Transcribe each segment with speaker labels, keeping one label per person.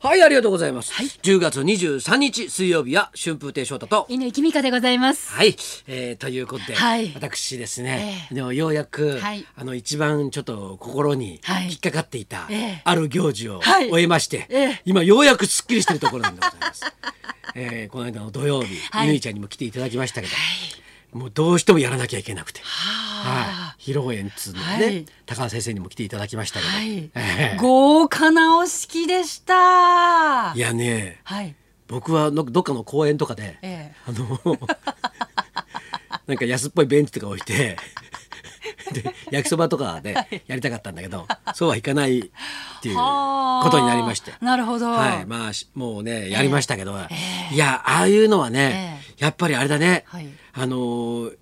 Speaker 1: はいありがとうございます、10月23日水曜日は春風亭昇太と
Speaker 2: 犬木美香でございます。
Speaker 1: はい、えー、ということで、
Speaker 2: はい
Speaker 1: 私ですね、
Speaker 2: ええ
Speaker 1: でもようやく、
Speaker 2: はい
Speaker 1: あの一番ちょっと心に
Speaker 2: はい
Speaker 1: 引っかかっていた、
Speaker 2: ええ
Speaker 1: ある行事を
Speaker 2: はい
Speaker 1: 終えまして、
Speaker 2: ええ
Speaker 1: 今ようやくすっきりしてるところなんでござい ます、えー、この間の土曜日、
Speaker 2: はい
Speaker 1: ゆいちゃんにも来ていただきましたけど、もうどうしてもやらなきゃいけなくて、
Speaker 2: は
Speaker 1: はい、披露宴っつうのをね、
Speaker 2: はい
Speaker 1: 高尾先生にも来ていただきましたけど、
Speaker 2: はい
Speaker 1: ええ
Speaker 2: 豪華なお式でした。
Speaker 1: いやね
Speaker 2: はい。
Speaker 1: 僕はのどっかの公園とかで、
Speaker 2: ええ
Speaker 1: あのなんか安っぽいベンチとか置いてで焼きそばとかでやりたかったんだけど、そうはいかないっていう
Speaker 2: はあ
Speaker 1: ことになりまして
Speaker 2: なるほど。
Speaker 1: はいまあしもうねやりましたけど、いやああいうのはね、やっぱりあれだね、
Speaker 2: はい
Speaker 1: あのー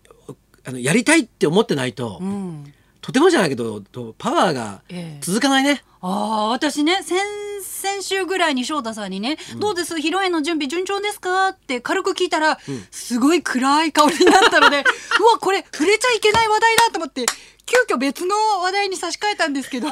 Speaker 1: あのやりたいって思ってないと、
Speaker 2: うん。
Speaker 1: とてもじゃないけどとパワーが
Speaker 2: ええ
Speaker 1: 続かないね。
Speaker 2: ああ、私ね、先、先週ぐらいに翔太さんにね、どうです披露宴の準備順調ですかって軽く聞いたら、すごい暗い顔になったので、うわ、これ触れちゃいけない話題だと思って、急遽別の話題に差し替えたんですけど、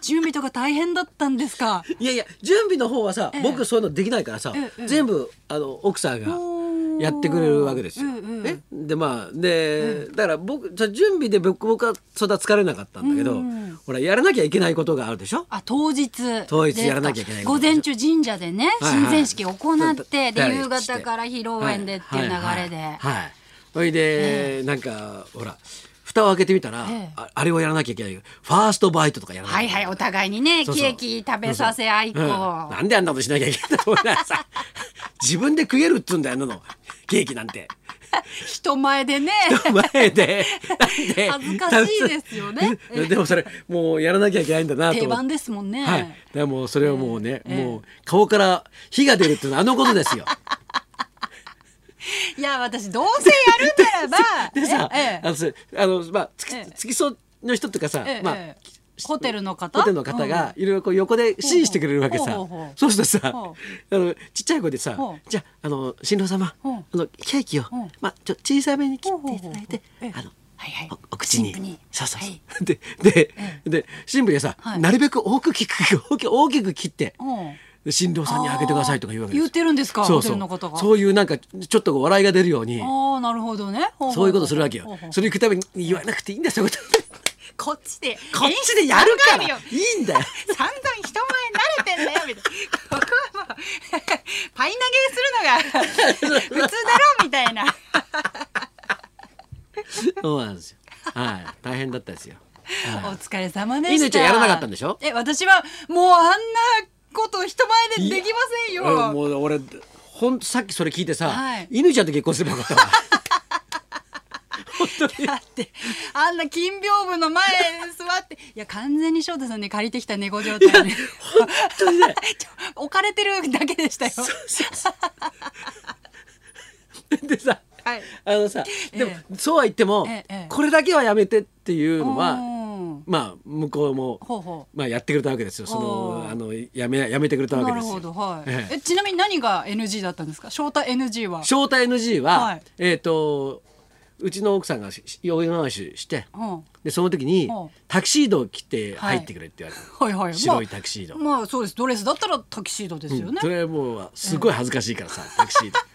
Speaker 2: 準備とか大変だったんですか
Speaker 1: いやいや準備の方はさ、
Speaker 2: ええ
Speaker 1: 僕そういうのできないからさ、
Speaker 2: ええ
Speaker 1: 全部あの奥さんが
Speaker 2: おー
Speaker 1: やってくれるわけですよ。
Speaker 2: うんうん
Speaker 1: ね、でまあで、だから僕じゃあ準備で僕僕はそんな疲れなかったんだけど、
Speaker 2: うん
Speaker 1: ほらやらなきゃいけないことがあるでしょ。
Speaker 2: あ当日
Speaker 1: 当日やらなきゃいけない
Speaker 2: です
Speaker 1: こ
Speaker 2: か
Speaker 1: と
Speaker 2: 午前中神社でね、
Speaker 1: はいはい
Speaker 2: 神前式を行って
Speaker 1: だ
Speaker 2: で夕
Speaker 1: して
Speaker 2: 方から披露宴でっていう流
Speaker 1: はい
Speaker 2: れで、
Speaker 1: はいはいはいほいで、なんかほら蓋を開けてみたら、
Speaker 2: ええ
Speaker 1: ああれをやらなきゃいけないファーストバイトとかやらなきゃ
Speaker 2: はいい
Speaker 1: け
Speaker 2: は
Speaker 1: ない
Speaker 2: いお互いにね
Speaker 1: そうそう
Speaker 2: ケーキ食べさせ合いっ子
Speaker 1: そうそううんなんであんなことしなきゃいけないんだと思いながら さ自分で食えるっつうんだよあんなのケーキなんて。
Speaker 2: 人 前でね
Speaker 1: 前でなんで
Speaker 2: 恥ずかしいですよね
Speaker 1: でもそれもうやらなきゃいけないんだなと思って
Speaker 2: 定番ですもんね、
Speaker 1: はいだからもうそれはもうね、
Speaker 2: ええ
Speaker 1: もう顔から火が出るっていうのはあのことですよ
Speaker 2: い、や私どうせやるならば
Speaker 1: でさ、
Speaker 2: ええ
Speaker 1: あのそれあのまあつき、
Speaker 2: ええ
Speaker 1: 付き添いの人とかさ、
Speaker 2: ええ
Speaker 1: まあ
Speaker 2: ええホテルの方
Speaker 1: ホテルの方がいろいろこう横で指示してくれるわけさ、
Speaker 2: ほうほうほう
Speaker 1: そうするとさ、
Speaker 2: ほ
Speaker 1: あのちっちゃい子でさ
Speaker 2: ほう
Speaker 1: 「じゃああの新郎様、
Speaker 2: ほう
Speaker 1: あのケーキを、
Speaker 2: ほう
Speaker 1: まあ、ちょ小さめに切っていただいて、
Speaker 2: ほうほうほうええ
Speaker 1: あの
Speaker 2: はいはい
Speaker 1: おお口に
Speaker 2: 神父に
Speaker 1: そうそうそう、
Speaker 2: は い
Speaker 1: でで、で新聞がさ、
Speaker 2: はい
Speaker 1: なるべく大きく大きく大きく切って、
Speaker 2: うん
Speaker 1: 新郎さんにあげてくださいとか言うわけです
Speaker 2: 言ってるんですか
Speaker 1: そう
Speaker 2: ホテ
Speaker 1: そう
Speaker 2: ルの方が
Speaker 1: そういうなんかちょっと笑いが出るように
Speaker 2: ああなるほどねほほほ
Speaker 1: そういうことするわけ
Speaker 2: ほ
Speaker 1: よ
Speaker 2: うほう
Speaker 1: それ行くために言わなくていいんだそういうこと
Speaker 2: こっちで
Speaker 1: こっちでやるか
Speaker 2: え
Speaker 1: ら
Speaker 2: 考えよ
Speaker 1: いいんだよ
Speaker 2: 散々人前慣れてんだよみたいなここはもう パイ投 げするのが普通だろみたいな
Speaker 1: そうなんですよはい大変だったですよ
Speaker 2: お
Speaker 1: は
Speaker 2: 疲れ様でした
Speaker 1: 犬ちゃんやらなかったんでしょ
Speaker 2: え私はもうあんなこと人前でできません
Speaker 1: い
Speaker 2: よ
Speaker 1: うんもう俺ほんとさっきそれ聞いてさ、
Speaker 2: はい
Speaker 1: 犬ちゃんと結婚すればよかった わ本当に
Speaker 2: だってあんな金屏風の前に座っていや完全に翔太さんね借りてきた猫状態ね
Speaker 1: 本当にね
Speaker 2: ちょ置かれてるだけでしたよ
Speaker 1: でさ
Speaker 2: はい
Speaker 1: あのさでも、
Speaker 2: え
Speaker 1: そうは言っても、
Speaker 2: ええ
Speaker 1: これだけはやめてっていうのは、
Speaker 2: うん
Speaker 1: まあ向こうも
Speaker 2: ほうほ
Speaker 1: まあやってくれたわけですよ。その
Speaker 2: おー
Speaker 1: あのやめやめてくれた
Speaker 2: う
Speaker 1: わけ
Speaker 2: な
Speaker 1: で
Speaker 2: る
Speaker 1: すよ。
Speaker 2: ほどはい、
Speaker 1: ええ
Speaker 2: えちなみに何が NG だったんですか翔太 NG は
Speaker 1: 招待 NG は、
Speaker 2: はい
Speaker 1: えっ、とうちの奥さんが用意回しして、
Speaker 2: うん
Speaker 1: でその時に
Speaker 2: うん
Speaker 1: タキシードを着て入ってくれって言われた。
Speaker 2: はいはい、
Speaker 1: 白いタキシード
Speaker 2: まあ、まあそうですドレスだったらタキシードですよね、
Speaker 1: それはもうすごい恥ずかしいからさ、タキ シード
Speaker 2: 確か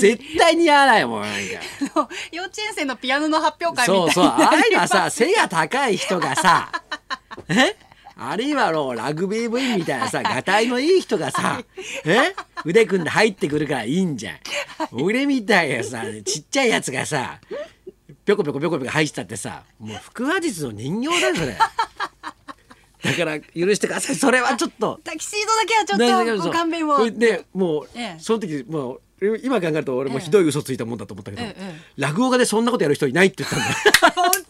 Speaker 2: に
Speaker 1: 絶対似合わないもんなんか
Speaker 2: あの幼稚園生のピアノの発表会みたい
Speaker 1: そう
Speaker 2: な
Speaker 1: そうああいうのはさ背が高い人が さえあるいはあのラグビー部員みたいなさがたいのいい人がさえ腕組んで入ってくるからいいんじゃん、俺みたいなさちっちゃいやつがさぴょこぴょこぴょこぴょこ入ってたってさもう腹話術の人形だよそれだから許してくださいそれはちょっと。
Speaker 2: タキシードだけはちょっとご勘弁を
Speaker 1: それでもう、
Speaker 2: ええ
Speaker 1: その時もう今考えると俺もひどい嘘ついたもんだと思ったけど、
Speaker 2: ええ
Speaker 1: 落語家でそんなことやる人いないって言ったんだよ。
Speaker 2: 本当です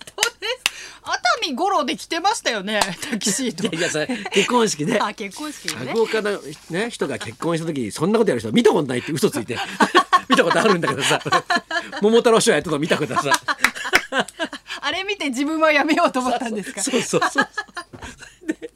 Speaker 2: 熱海五郎で着てましたよねタキシー
Speaker 1: いや
Speaker 2: ド
Speaker 1: いやそれ結婚式で
Speaker 2: あ結婚式ね
Speaker 1: 落語家の、ね、人が結婚した時にそんなことやる人見たことないって嘘ついて 見たことあるんだけど さ桃太郎師匠やってたの見たことさ
Speaker 2: あれ見て自分はやめようと思ったんですか
Speaker 1: そうそうそうで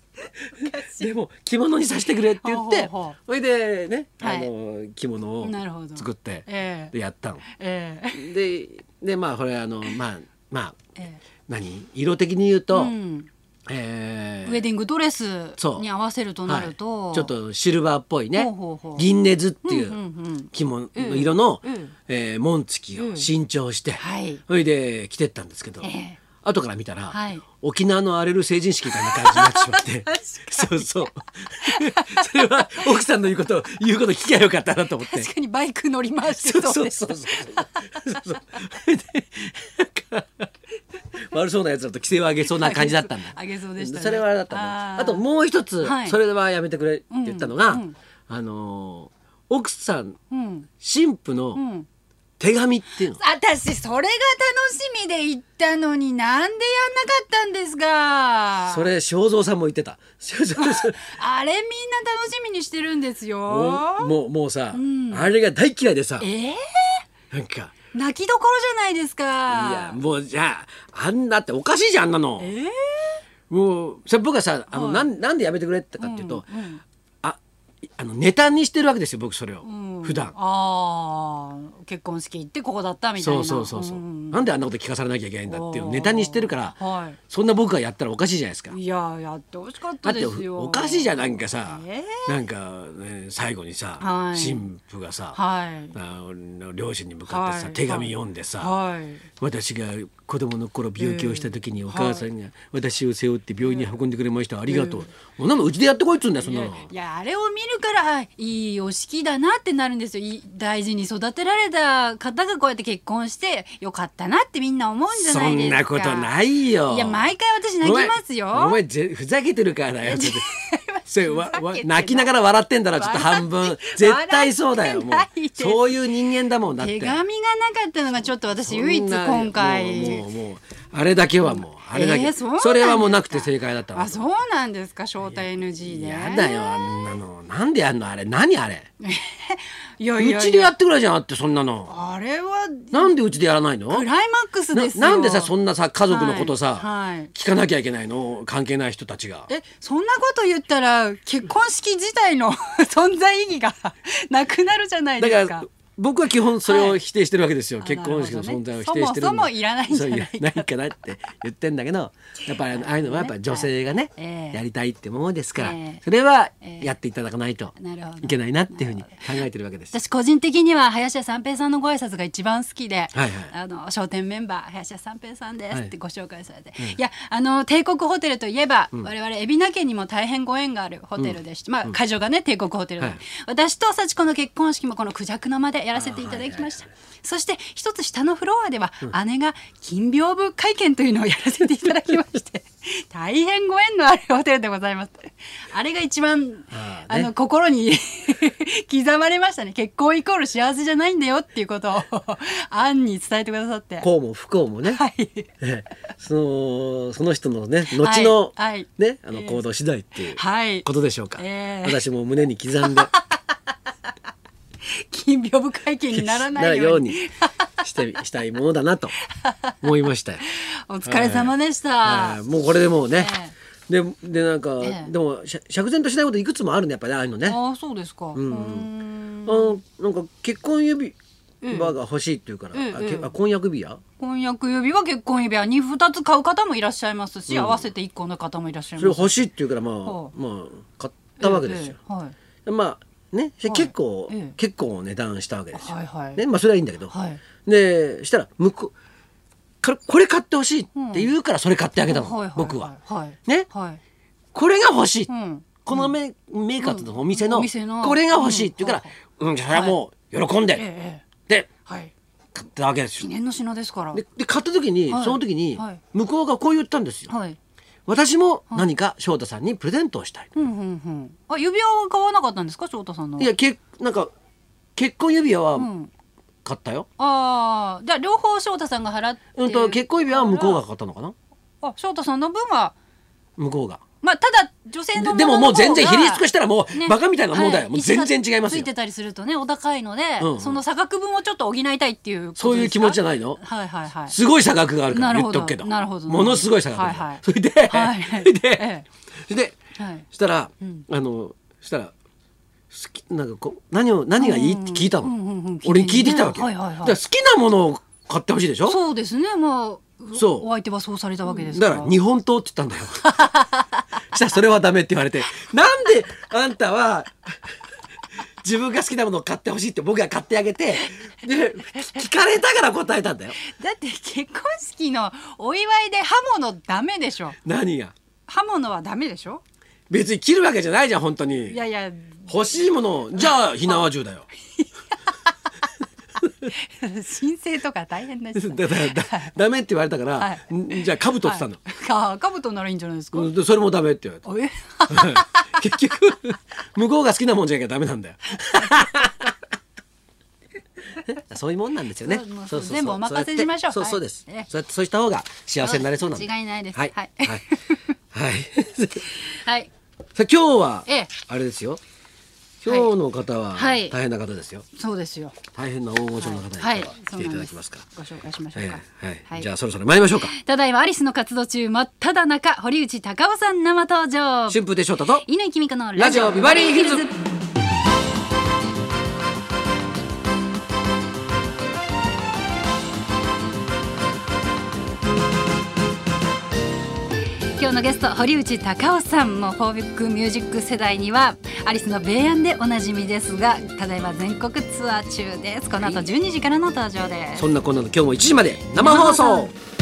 Speaker 1: でも着物にさせてくれって言って
Speaker 2: ほうほうほう
Speaker 1: それでね、
Speaker 2: はい
Speaker 1: あの着物を
Speaker 2: なるほど
Speaker 1: 作って
Speaker 2: ええ
Speaker 1: でやったの。
Speaker 2: ええ
Speaker 1: ででまあこれあのまあまあ
Speaker 2: ええ
Speaker 1: 何色的に言うと、
Speaker 2: うん
Speaker 1: え
Speaker 2: ウェディングドレス
Speaker 1: そう
Speaker 2: に合わせるとなると、
Speaker 1: はい、ちょっとシルバーっぽいね
Speaker 2: ほうほうほう
Speaker 1: 銀ネズってい
Speaker 2: うん
Speaker 1: う
Speaker 2: うんうん
Speaker 1: 着物の色の、
Speaker 2: うんうん
Speaker 1: えー紋付きを新調して、
Speaker 2: はい
Speaker 1: それで着てったんですけど、
Speaker 2: ええ
Speaker 1: 後から見たら、
Speaker 2: はい
Speaker 1: 沖縄の荒れる成人式みたいな感じになってしまって そうそう それは奥さんの言うこと言うこと聞きゃよかったなと思って
Speaker 2: 確かにバイク乗り回し
Speaker 1: そ
Speaker 2: て
Speaker 1: う
Speaker 2: そう
Speaker 1: そう
Speaker 2: です
Speaker 1: そうそうそうそうそうでなんか 悪そうなやつだと規制を上げそうな感じだ ったんだ
Speaker 2: 上げそうでしたね
Speaker 1: それはあれだったんだ
Speaker 2: あ
Speaker 1: あ
Speaker 2: ー
Speaker 1: ともう一つ、
Speaker 2: はい
Speaker 1: それはやめてくれって言ったのが、
Speaker 2: うんうん
Speaker 1: あのー奥さん
Speaker 2: うん
Speaker 1: 新婦
Speaker 2: う
Speaker 1: の
Speaker 2: ん
Speaker 1: 手紙っていうの、
Speaker 2: 私それが楽しみで行ったのになんでやんなかったんですか
Speaker 1: それ正蔵さんも言って た正蔵さん
Speaker 2: あれみんな楽しみにしてるんですよ
Speaker 1: もうもうもうさ、
Speaker 2: ん
Speaker 1: あれが大嫌いでさ
Speaker 2: えー、
Speaker 1: なんか
Speaker 2: 泣きどころじゃないですか
Speaker 1: いやもうじゃああんなっておかしいじゃんあんなの、
Speaker 2: えー
Speaker 1: もうそれ僕はさあの、
Speaker 2: はい
Speaker 1: なんなんでやめてくれってかっていうと、
Speaker 2: うん
Speaker 1: あいあのネタにしてるわけですよ僕それを、
Speaker 2: うんうん
Speaker 1: 普段
Speaker 2: あー結婚式行ってここだったみたい
Speaker 1: そ
Speaker 2: な
Speaker 1: うそうそうそう、
Speaker 2: ん
Speaker 1: なんであんなこと聞かされなきゃいけないんだっていうネタにしてるから、
Speaker 2: はい
Speaker 1: そんな僕がやったらおかしいじゃないですか。
Speaker 2: いややってほしかっ
Speaker 1: だ
Speaker 2: た
Speaker 1: って
Speaker 2: ですよ
Speaker 1: おかしいじゃんなんかさ、
Speaker 2: え
Speaker 1: なんか、ね、最後にさ、
Speaker 2: はい
Speaker 1: 新婦がさ、
Speaker 2: はい
Speaker 1: あの両親に向かってさ、
Speaker 2: はい
Speaker 1: 手紙読んでさ、
Speaker 2: はい
Speaker 1: 私が子供の頃病気をした時にお母さんが私を背負って病院に運んでくれました、ありがとう、そんなのうちでやってこいっつうんだよそん
Speaker 2: い
Speaker 1: な
Speaker 2: や
Speaker 1: の。
Speaker 2: いやあれを見るからあいいお式だなってなるんですよいい大事に育てられた方がこうやって結婚してよかったなってみんな思うんじゃ
Speaker 1: そ
Speaker 2: ないで
Speaker 1: ん
Speaker 2: すか
Speaker 1: なこと
Speaker 2: い
Speaker 1: ないよ。
Speaker 2: や毎回私泣きますよ
Speaker 1: お前お前ぜふざけてるからだよ。 ちょっとそれわわ
Speaker 2: ふざけてない
Speaker 1: 泣きながら笑ってんだろちょっと半分。絶対そうだよ。も
Speaker 2: 笑ってないうです
Speaker 1: そういう人間だもんだって。
Speaker 2: 手紙がなかったのがちょっと私唯一
Speaker 1: そんな
Speaker 2: 今回
Speaker 1: もうもうもうあれだけはもうあれだけ、
Speaker 2: えーそうなんですか
Speaker 1: それはもうなくて正解だったわ
Speaker 2: あそうなんですか招待 NG で
Speaker 1: やだよあんなのなんでやんのあれ何あれ
Speaker 2: いやいやいうや
Speaker 1: ちでやってくれじゃんあってそんなの
Speaker 2: あれは
Speaker 1: なんでうちでやらないの
Speaker 2: クライマックス
Speaker 1: な
Speaker 2: ですよ
Speaker 1: なんでさそんなさ家族のことさ、
Speaker 2: はいはい
Speaker 1: 聞かなきゃいけないの関係ない人たちが
Speaker 2: えそんなこと言ったら結婚式自体の 存在意義がなくなるじゃない
Speaker 1: だ
Speaker 2: です
Speaker 1: か。
Speaker 2: から
Speaker 1: 僕は基本それを
Speaker 2: はい
Speaker 1: 否定してるわけですよ、
Speaker 2: あ
Speaker 1: 結婚式の
Speaker 2: なるほど
Speaker 1: 存
Speaker 2: ね
Speaker 1: 在を否定してるんだ
Speaker 2: そもそもいらないんじゃないか
Speaker 1: そうやないかなって言ってんだけどやっぱりあのああいうのはやっぱ女性がね、
Speaker 2: はいええ
Speaker 1: やりたいってものですから、
Speaker 2: ええ
Speaker 1: それは
Speaker 2: ええ
Speaker 1: やっていただかないと
Speaker 2: なるほど
Speaker 1: いけないなっていうふうに考えてるわけです。
Speaker 2: 私個人的には林家三平さんのご挨拶が一番好きで「
Speaker 1: はいはい
Speaker 2: あの商店メンバー林家三平さんです」
Speaker 1: はい
Speaker 2: ってご紹介されて、い、やあの帝国ホテルといえば、我々海老名家にも大変ご縁があるホテルでして、まあ会場がね帝国ホテルで、
Speaker 1: はい
Speaker 2: 私と幸子の結婚式もこのクジャクの間でやらせていただきました、そして一つ下のフロアでは、姉が金屏風会見というのをやらせていただきまして大変ご縁のあるホテルでございますあれが一番
Speaker 1: ああ
Speaker 2: あ
Speaker 1: ね
Speaker 2: の心に 刻まれましたね結婚イコール幸せじゃないんだよっていうことを アンに伝えてくださって
Speaker 1: こうも不幸もね、
Speaker 2: はい
Speaker 1: ええそのその人のね後の、
Speaker 2: はいはい
Speaker 1: ねあの行動次第っていう
Speaker 2: はい
Speaker 1: ことでしょうか、
Speaker 2: ええ
Speaker 1: 私も胸に刻んで
Speaker 2: 金屏風会見に ならないように
Speaker 1: してしたいものだなと思いましたよ。
Speaker 2: お疲れ様でした、
Speaker 1: はいもうこれでもうね、
Speaker 2: え
Speaker 1: ででなんか、
Speaker 2: ええ
Speaker 1: でもしゃ釈然としないこといくつもあるねやっぱりああいうのね、あ
Speaker 2: ああそうですかうーん
Speaker 1: のなんか結婚指輪が欲しいっていうから、
Speaker 2: ええ
Speaker 1: あ
Speaker 2: ええ
Speaker 1: けあ婚約指輪
Speaker 2: 婚約指輪結婚指輪に2つ買う方もいらっしゃいますし、合わせて1個の方もいらっしゃい
Speaker 1: それ
Speaker 2: ます
Speaker 1: 欲しいっていうからまあ、
Speaker 2: ほう
Speaker 1: まあ買ったわけですよ、、
Speaker 2: ええはい
Speaker 1: まあね、
Speaker 2: い
Speaker 1: 結構、
Speaker 2: ええ
Speaker 1: 結構値段したわけですよ、
Speaker 2: はいはい
Speaker 1: ねまあそれはいいんだけど、
Speaker 2: はい
Speaker 1: でしたら向こうからこれ買ってほしいって言うからそれ買ってあげたの、
Speaker 2: はいはい
Speaker 1: 僕は、
Speaker 2: はい
Speaker 1: ね
Speaker 2: はい
Speaker 1: これが欲しい、
Speaker 2: うん
Speaker 1: このメ,、メーカーとのお店の,、
Speaker 2: お店の
Speaker 1: これが欲しいって言うから、
Speaker 2: う
Speaker 1: うんじゃあそれはもう喜んで、
Speaker 2: ええええ
Speaker 1: で
Speaker 2: はい
Speaker 1: 買ったわけです
Speaker 2: 記
Speaker 1: よ。
Speaker 2: 念の品ですから
Speaker 1: でで買った時に、
Speaker 2: はい
Speaker 1: その時に
Speaker 2: はい
Speaker 1: 向こうがこう言ったんですよ。
Speaker 2: はい
Speaker 1: 私も何か翔太さんにプレゼントをしたい。
Speaker 2: うんうんうん。あ指輪は買わなかったんですか翔太さんの。
Speaker 1: いやけなんか結婚指輪
Speaker 2: う
Speaker 1: は
Speaker 2: ん。
Speaker 1: 買ったよ。
Speaker 2: ああじゃあ両方翔太さんが払って。
Speaker 1: うん、と結婚指輪は向こうが。買ったのかな
Speaker 2: あ翔太さんの分は
Speaker 1: 向こうが。
Speaker 2: まあただ女性
Speaker 1: で
Speaker 2: の。
Speaker 1: でももう全然比率としてたらもう、
Speaker 2: ね
Speaker 1: バカみたいなもんだよ。
Speaker 2: は
Speaker 1: もう全然違います
Speaker 2: つ
Speaker 1: よ
Speaker 2: いて。たりするとねお高いので、
Speaker 1: うんうん
Speaker 2: その差額分をちょっと補いたいっていうことですか
Speaker 1: そういう気持ちじゃないの
Speaker 2: はいはいはい
Speaker 1: すごい差額があるから
Speaker 2: なる
Speaker 1: 言っ
Speaker 2: ほ
Speaker 1: と
Speaker 2: ど
Speaker 1: くけど
Speaker 2: なるほど
Speaker 1: ものすごい差額がある、
Speaker 2: はいはい
Speaker 1: それで、
Speaker 2: はい
Speaker 1: それで、
Speaker 2: ええ
Speaker 1: それで
Speaker 2: はい
Speaker 1: したら、
Speaker 2: うん
Speaker 1: あのしたら好きなんかこう何を何がいいって聞いたの、
Speaker 2: うんうんうんうん
Speaker 1: 俺に聞いてきたわけ、
Speaker 2: 聞いてねはいはいはい
Speaker 1: だから好きなものを買ってほしいでしょ
Speaker 2: そうですねまあ
Speaker 1: そう
Speaker 2: お相手はそうされたわけですか
Speaker 1: だ
Speaker 2: ら
Speaker 1: から日本刀って言ったんだよ。 したらそれはダメって言われて、なんであんたは自分が好きなものを買ってほしいって僕が買ってあげて、で聞かれたから答えたんだよ。
Speaker 2: だって結婚式のお祝いで刃物ダメでしょ
Speaker 1: 何が。
Speaker 2: 刃物はダメでしょ
Speaker 1: 別に切るわけじゃないじゃん本当
Speaker 2: い
Speaker 1: に。
Speaker 2: やいや
Speaker 1: 欲しいものをじゃあ火縄銃だよ。
Speaker 2: 申請とか大変です
Speaker 1: だからだダメって言われたから、
Speaker 2: は
Speaker 1: んじゃあ兜って言ったんだよ。
Speaker 2: かかぶとならいいんじゃないですか、
Speaker 1: うんでそれもダメって言われ た。
Speaker 2: え
Speaker 1: 結局向こうが好きなもんじゃなきゃダメなんだよ。 そういうもんなんですよね
Speaker 2: そうもう。
Speaker 1: そうそうそう
Speaker 2: 全部お任せしましょう
Speaker 1: そうやってそうそう
Speaker 2: は
Speaker 1: で
Speaker 2: い
Speaker 1: す。
Speaker 2: ええ
Speaker 1: そうやってそうした方が幸せになれそうなんで。
Speaker 2: 間違いないです
Speaker 1: はい
Speaker 2: は
Speaker 1: はいい はい。
Speaker 2: はい
Speaker 1: さあ今日は
Speaker 2: ええ
Speaker 1: あれですよ。今日の方は
Speaker 2: はい
Speaker 1: 大変な方ですよ。
Speaker 2: そうですよ
Speaker 1: 大変な大御所の方に今
Speaker 2: はい
Speaker 1: 日は来ていただきますから。
Speaker 2: ご紹介しましょう
Speaker 1: え
Speaker 2: か、
Speaker 1: えはい。じゃあそろそろ参りましょうか。
Speaker 2: ただいまアリスの活動中真っ只中堀内孝雄さん生登場
Speaker 1: 春風亭昇太と
Speaker 2: 犬井君子の
Speaker 1: ラジオビバリーヒルズ。
Speaker 2: 今日のゲスト堀内孝雄さんもフォービックミュージック世代にはアリスの米安でおなじみですがただいま全国ツアー中ですこの後12時からの登場です
Speaker 1: そんなこんなの今日も1時まで生放送。